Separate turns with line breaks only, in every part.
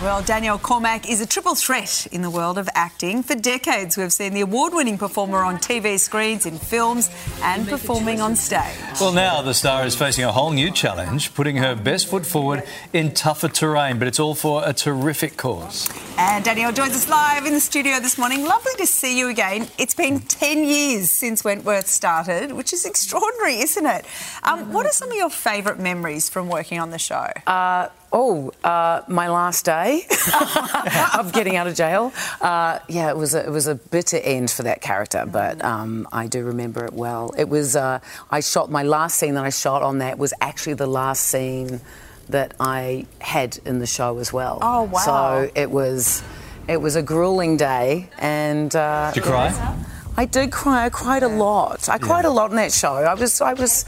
Well, Danielle Cormack is a triple threat in the world of acting. For decades, we've seen the award winning performer on TV screens, in films, and performing on stage.
Well, now the star is facing a whole new challenge, putting her best foot forward in tougher terrain, but it's all for a terrific cause.
And Danielle joins us live in the studio this morning. Lovely to see you again. It's been 10 years since Wentworth started, which is extraordinary, isn't it? Um, what are some of your favourite memories from working on the show?
Oh, uh, my last day of getting out of jail. Uh, yeah, it was a, it was a bitter end for that character,
Mm.
but um, I do remember it well. It was uh, I shot my last scene that I shot on that was actually the last scene that I had in the show as well.
Oh, wow.
So it was it was a grueling day, and uh,
Did you cry?
I did cry. I cried a lot. I cried a lot in that show. I was, I was,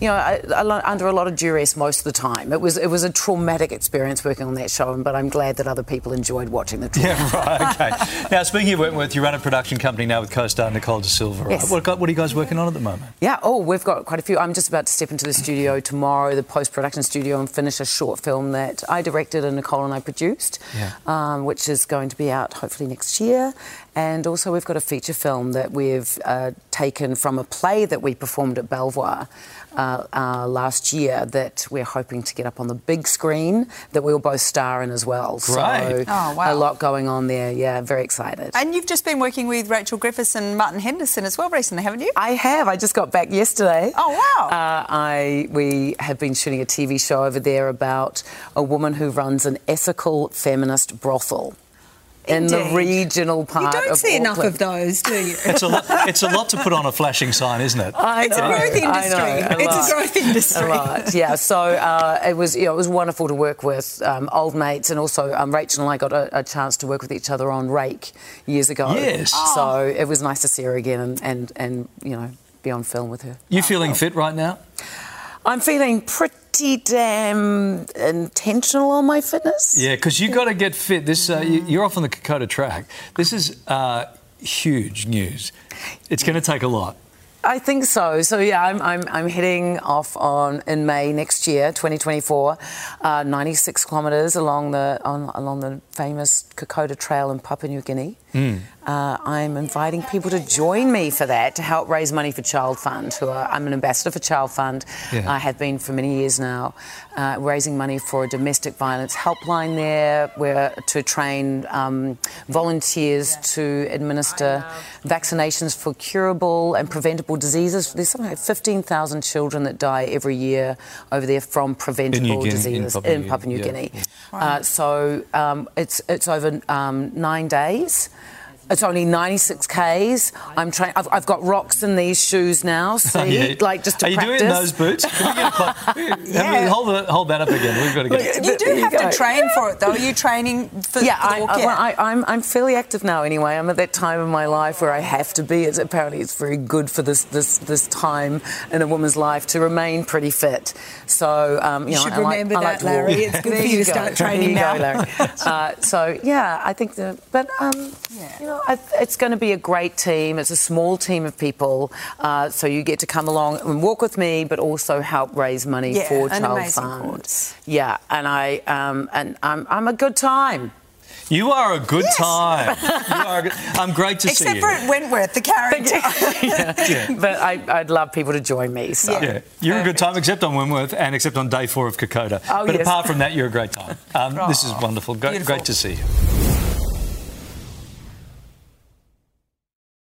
you know, I, I, lo- under a lot of duress most of the time. It was, it was a traumatic experience working on that show. But I'm glad that other people enjoyed watching the. Trauma.
Yeah, right, okay. now, speaking of Wentworth, you run a production company now with co star Nicole De Silva, right?
Yes.
What, what are you guys working on at the moment?
Yeah. Oh, we've got quite a few. I'm just about to step into the studio tomorrow, the post production studio, and finish a short film that I directed and Nicole and I produced,
Yeah.
um, which is going to be out hopefully next year. And also, we've got a feature film that we've uh, taken from a play that we performed at Belvoir uh, uh, last year that we're hoping to get up on the big screen that we will both star in as well.
Great.
So,
Oh, wow.
a lot going on there. Yeah, very excited.
And you've just been working with Rachel Griffiths and Martin Henderson as well recently, haven't you?
I have. I just got back yesterday.
Oh, wow.
Uh, I we have been shooting a TV show over there about a woman who runs an ethical feminist brothel in
Indeed.
the regional
You
part.
don't
of
see enough
Auckland.
of those, do you?
It's a, lot, it's a lot to put on a flashing sign, isn't it?
I
It's a
know,
growth
I
industry.
know,
it's
lot.
a growth industry.
A lot, yeah. So uh, it was, you know, it was wonderful to work with um, old mates, and also um, Rachel and I got a, a chance to work with each other on Rake years ago.
Yes.
Oh.
So it was nice to see her again, and and, and you know, be on film with her.
You feeling fit right now?
I'm feeling pretty damn intentional on my fitness.
Yeah, because you got to get fit. This uh, you- You're off on the Kokoda track. This is uh, huge news. It's going to take a lot.
I think so. So yeah, I'm, I'm, I'm heading off on in May next year, 2024, uh, 96 kilometres along the on, along the famous Kokoda Trail in Papua New Guinea.
Hmm.
Uh, I'm inviting people to join me for that to help raise money for Child Fund. Who are, I'm an ambassador for Child Fund.
Yeah.
I have been for many years now, uh, raising money for a domestic violence helpline there, where to train um, volunteers to administer vaccinations for curable and preventable diseases. There's something like 15,000 children that die every year over there from preventable
Guinea, in
diseases
Papua
in
New-
Papua New
yeah.
Guinea. Uh, so um, it's it's over um, nine days. It's only 96 k's. I'm trying. I've, I've got rocks in these shoes now. See,
Yeah.
like just to
Are you
practice.
doing those boots? Can we get a clock? Have we- hold, the, hold that up again. We've got to get.
You do
There you
have
go.
to train for it, though. Are you training for
yeah,
for the
I,
walk
I,
yet?
well, I, I'm, I'm fairly active now anyway. I'm at that time in my life where I have to be. It's, apparently, it's very good for this, this, this time in a woman's life to remain pretty fit. So, um, you,
You
know,
should
I like-
remember
I
that,
like to walk.
Larry. It's good
There
for you to
go.
start training
There you
now.
Go, Larry. uh, so, yeah, I think the, but, um,
Yeah.
you know, I, it's going to be a great team. It's a small team of people. Uh, so you get to come along and walk with me, but also help raise money
Yeah,
for
an
Child
amazing
Fund.
cause.
Yeah, and I, um, and I'm, I'm a good time.
You are a good time. You are a good, I'm great to see
Except
you.
for at Wentworth, the character.
but I, I'd love people to join me. So.
Yeah, you're a good time, except on Wentworth and except on day four of Kokoda.
Oh,
but
yes.
apart from that, you're a great time. Um, This is wonderful. Great,
Beautiful.
great to see you.